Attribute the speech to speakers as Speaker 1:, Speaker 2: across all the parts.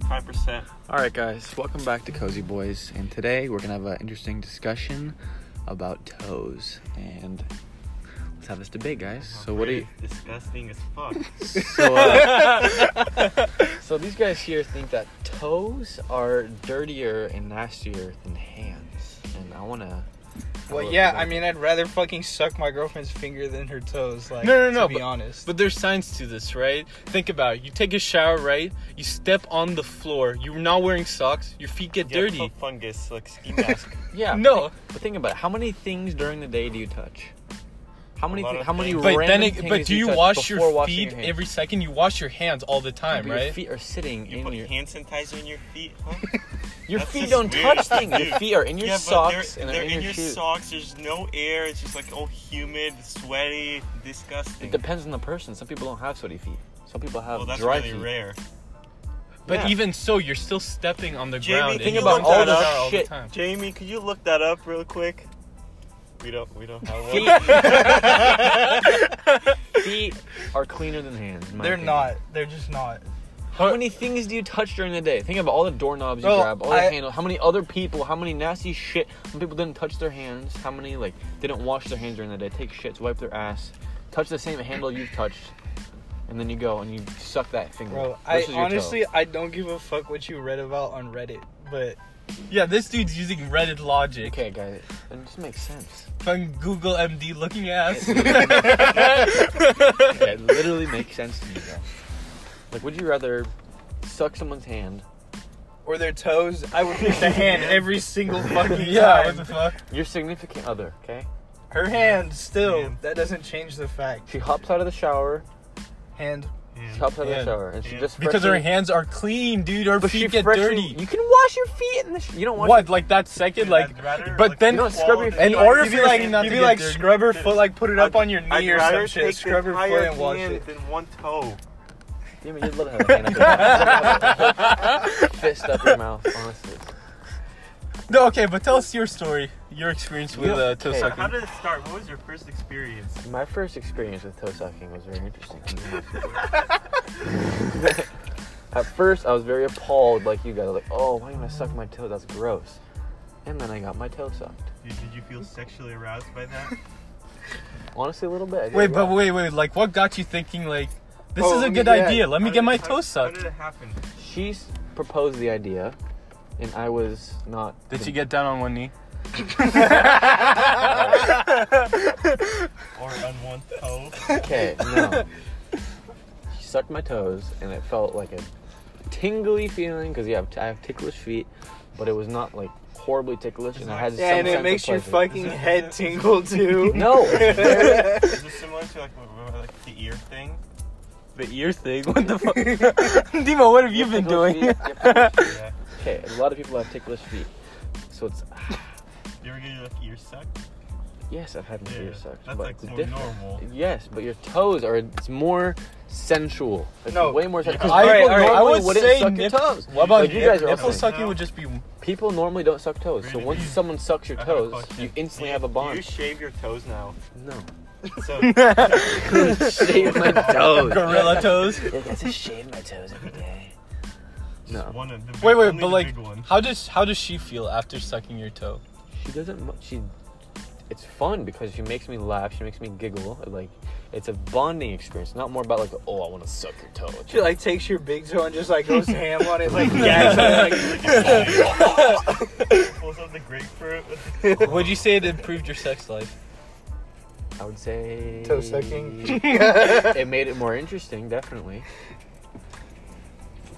Speaker 1: 100%.
Speaker 2: All right, guys, welcome back to Cozy Boys, and today we're gonna have an interesting discussion about toes, and let's have this debate, guys.
Speaker 1: Oh,
Speaker 2: So what do you?
Speaker 1: Disgusting as fuck.
Speaker 2: So, uh, so these guys here think that toes are dirtier and nastier than hands, and I wanna.
Speaker 3: Well,
Speaker 2: Well,
Speaker 3: yeah,
Speaker 2: like-
Speaker 3: I mean, I'd rather fucking suck my girlfriend's finger than her toes. Like,
Speaker 4: No, no, no,
Speaker 3: To be honest,
Speaker 4: But there's science to this, right? Think about it. You take a shower, right? You step on the floor. You're not wearing socks. Your feet get
Speaker 1: Yeah,
Speaker 4: dirty.
Speaker 1: foot fungus, like ski mask.
Speaker 2: Yeah.
Speaker 4: No.
Speaker 2: But think about it. How many things during the day do you touch? How many?
Speaker 1: lot
Speaker 2: Th-
Speaker 1: of
Speaker 2: how many?
Speaker 1: things.
Speaker 4: But then,
Speaker 2: random
Speaker 4: it,
Speaker 2: things
Speaker 4: but do you
Speaker 2: touch
Speaker 4: wash
Speaker 2: before
Speaker 4: your
Speaker 2: washing
Speaker 4: feet
Speaker 2: your hands?
Speaker 4: every second? You wash your hands all the time,
Speaker 2: But Your
Speaker 4: right?
Speaker 2: feet are sitting
Speaker 1: You
Speaker 2: in
Speaker 1: put
Speaker 2: your.
Speaker 1: hand sanitizer in your feet, huh?
Speaker 2: Your
Speaker 1: That's
Speaker 2: feet
Speaker 1: just
Speaker 2: don't
Speaker 1: weird.
Speaker 2: touch things. Your
Speaker 1: Dude.
Speaker 2: feet are in your
Speaker 1: yeah,
Speaker 2: socks
Speaker 1: but they're,
Speaker 2: and
Speaker 1: they're
Speaker 2: they're in, your, shoes.
Speaker 1: socks. There's no air. It's just like all humid, sweaty, disgusting.
Speaker 2: It depends on the person. Some people don't have sweaty feet. Some people have
Speaker 1: Well, that's
Speaker 2: dry
Speaker 1: really
Speaker 2: feet.
Speaker 1: rare.
Speaker 4: But
Speaker 2: Yeah.
Speaker 4: even so, you're still stepping on the
Speaker 1: Jamie,
Speaker 4: ground.
Speaker 1: think
Speaker 4: and you
Speaker 1: about
Speaker 4: look
Speaker 1: all
Speaker 4: down
Speaker 1: the
Speaker 4: all the
Speaker 2: shit-
Speaker 4: time.
Speaker 1: Jamie, could you look that up real quick? We don't. We don't have one.
Speaker 2: Feet are cleaner than hands. in my
Speaker 3: they're
Speaker 2: opinion.
Speaker 3: not. They're just not.
Speaker 2: How many things do you touch during the day? Think about all the doorknobs you
Speaker 3: Well,
Speaker 2: grab, all the
Speaker 3: I-
Speaker 2: handles. How many other people? How many nasty shit? Some people didn't touch their hands. How many like they didn't wash their hands during the day? Take shits, wipe their ass, touch the same handle you've touched, and then you go and you suck that finger.
Speaker 3: Bro, I
Speaker 2: versus your toe.
Speaker 3: honestly, I don't give a fuck what you read about on Reddit, but
Speaker 4: Yeah, this dude's using Reddit logic.
Speaker 2: Okay, guys, it just makes sense.
Speaker 4: Fucking Google MD looking ass.
Speaker 2: Yeah, it literally makes sense to me, though. Like, would you rather suck someone's hand?
Speaker 3: or their toes. I would pick the hand every single fucking
Speaker 4: yeah, what
Speaker 3: time.
Speaker 4: the fuck?
Speaker 2: Your significant other, okay?
Speaker 3: Her hand still.
Speaker 1: Hand.
Speaker 3: That doesn't change the fact.
Speaker 2: She hops out of the shower.
Speaker 3: Hand.
Speaker 2: She hops out of the
Speaker 4: Yeah.
Speaker 2: shower, and she
Speaker 1: Yeah.
Speaker 2: just
Speaker 4: Because her
Speaker 2: freshly-
Speaker 4: hands are clean, dude. Her
Speaker 2: But she
Speaker 4: feet get
Speaker 2: freshly-
Speaker 4: dirty.
Speaker 2: You can wash your feet in the. Sh- you don't wash.
Speaker 4: what? Like that second? Like,
Speaker 1: I'd rather,
Speaker 4: but
Speaker 1: like,
Speaker 4: then-
Speaker 2: You don't scrub your-
Speaker 4: in
Speaker 1: quality-
Speaker 4: order
Speaker 3: You'd
Speaker 4: for
Speaker 3: be
Speaker 4: your
Speaker 3: like,
Speaker 4: feet
Speaker 3: you'd
Speaker 4: not to
Speaker 3: be
Speaker 4: get
Speaker 3: like,
Speaker 4: dirty-
Speaker 3: scrub her foot, like put it up on your knee
Speaker 1: I'd
Speaker 3: or
Speaker 1: rather
Speaker 3: some shit.
Speaker 1: take
Speaker 3: Scrub
Speaker 1: the
Speaker 3: her foot
Speaker 1: entire
Speaker 3: and wash
Speaker 1: hand
Speaker 3: it.
Speaker 1: Than one toe.
Speaker 2: Damn it, you'd love to have a hand up your mouth. Fist up your mouth, honestly.
Speaker 4: No, okay, but tell us your story, your experience with
Speaker 2: Yeah.
Speaker 4: uh, toe
Speaker 2: Okay.
Speaker 1: How
Speaker 4: sucking.
Speaker 1: did it start? What was your first experience?
Speaker 2: My first experience with toe sucking was very interesting. At first, I was very appalled, like you guys, like, oh, why am I sucking my toe? That's gross. And then I got my toe sucked.
Speaker 1: Did, did you feel sexually aroused by that?
Speaker 2: Honestly, a little bit. I did,
Speaker 4: Wait,
Speaker 2: yeah.
Speaker 4: but wait, wait, like, what got you thinking, like, this
Speaker 3: Oh,
Speaker 4: is a
Speaker 3: let me-
Speaker 4: good
Speaker 3: yeah.
Speaker 4: idea, let me
Speaker 1: How
Speaker 4: get
Speaker 1: did-
Speaker 4: my
Speaker 1: how-
Speaker 4: toe sucked?
Speaker 1: How did it happen?
Speaker 2: she s- proposed the idea, and I was not.
Speaker 4: Did she get down on one knee?
Speaker 1: Or on one toe?
Speaker 2: Okay, no. she sucked my toes, and it felt like a tingly feeling because yeah, I have ticklish feet, but it was not like horribly ticklish, and I had
Speaker 3: Yeah,
Speaker 2: some
Speaker 3: and
Speaker 2: sense
Speaker 3: it
Speaker 2: of
Speaker 3: makes your
Speaker 2: pleasure.
Speaker 3: fucking head tingle too.
Speaker 2: No, very-
Speaker 1: Is it similar to like, what- what- like the ear thing?
Speaker 4: The ear thing? What the fuck? Dima, what have you been
Speaker 2: ticklish feet,
Speaker 4: doing?
Speaker 2: you have ticklish-
Speaker 1: Yeah.
Speaker 2: okay, a lot of people have ticklish feet, so it's
Speaker 1: You ever get your like, ear sucked?
Speaker 2: yes, I've had my ear sucked,
Speaker 1: That's
Speaker 2: but
Speaker 1: like
Speaker 2: it's
Speaker 1: more
Speaker 2: different.
Speaker 1: normal.
Speaker 2: Yes, but your toes are it's more sensual. It's
Speaker 3: No.
Speaker 2: way more sensual.
Speaker 4: I-
Speaker 3: Alright, alright,
Speaker 4: I would
Speaker 2: wouldn't
Speaker 4: say
Speaker 2: suck your
Speaker 4: nip-
Speaker 2: toes.
Speaker 4: What about
Speaker 2: Like, you guys are
Speaker 4: nipple
Speaker 2: awesome.
Speaker 4: sucking would just be...
Speaker 2: People normally don't suck toes, so
Speaker 1: Really?
Speaker 2: once someone sucks your
Speaker 1: I have a
Speaker 2: toes,
Speaker 1: question.
Speaker 2: you instantly
Speaker 1: Do
Speaker 2: have a
Speaker 1: Do you
Speaker 2: bond.
Speaker 1: shave your toes now?
Speaker 2: No.
Speaker 1: So
Speaker 2: shave my toes.
Speaker 4: Gorilla toes?
Speaker 2: I get to shave my toes every day. No.
Speaker 1: one of the big,
Speaker 4: Wait, wait,
Speaker 1: only
Speaker 4: but
Speaker 1: the
Speaker 4: like,
Speaker 1: big one.
Speaker 4: how does how does she feel after sucking your toe?
Speaker 2: She doesn't mu- she it's fun because she makes me laugh, she makes me giggle. Like it's a bonding experience, not more about like oh I wanna suck your toe. It's
Speaker 3: She like takes your big toe and just like goes ham on it, like gags it, like
Speaker 1: Pulls out the grapefruit.
Speaker 4: Would you say it improved your sex life?
Speaker 2: I would say
Speaker 3: Toe sucking.
Speaker 2: it made it more interesting, definitely.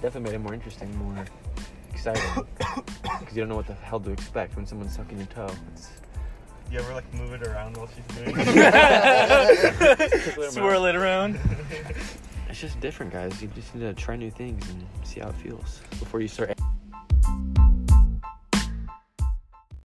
Speaker 2: Definitely made it more interesting, more exciting. Because you don't know what the hell to expect when someone's sucking your toe. It's
Speaker 1: You ever like move it around while she's doing it?
Speaker 4: Swirl it around?
Speaker 2: It's just different, guys. You just need to try new things and see how it feels before you start.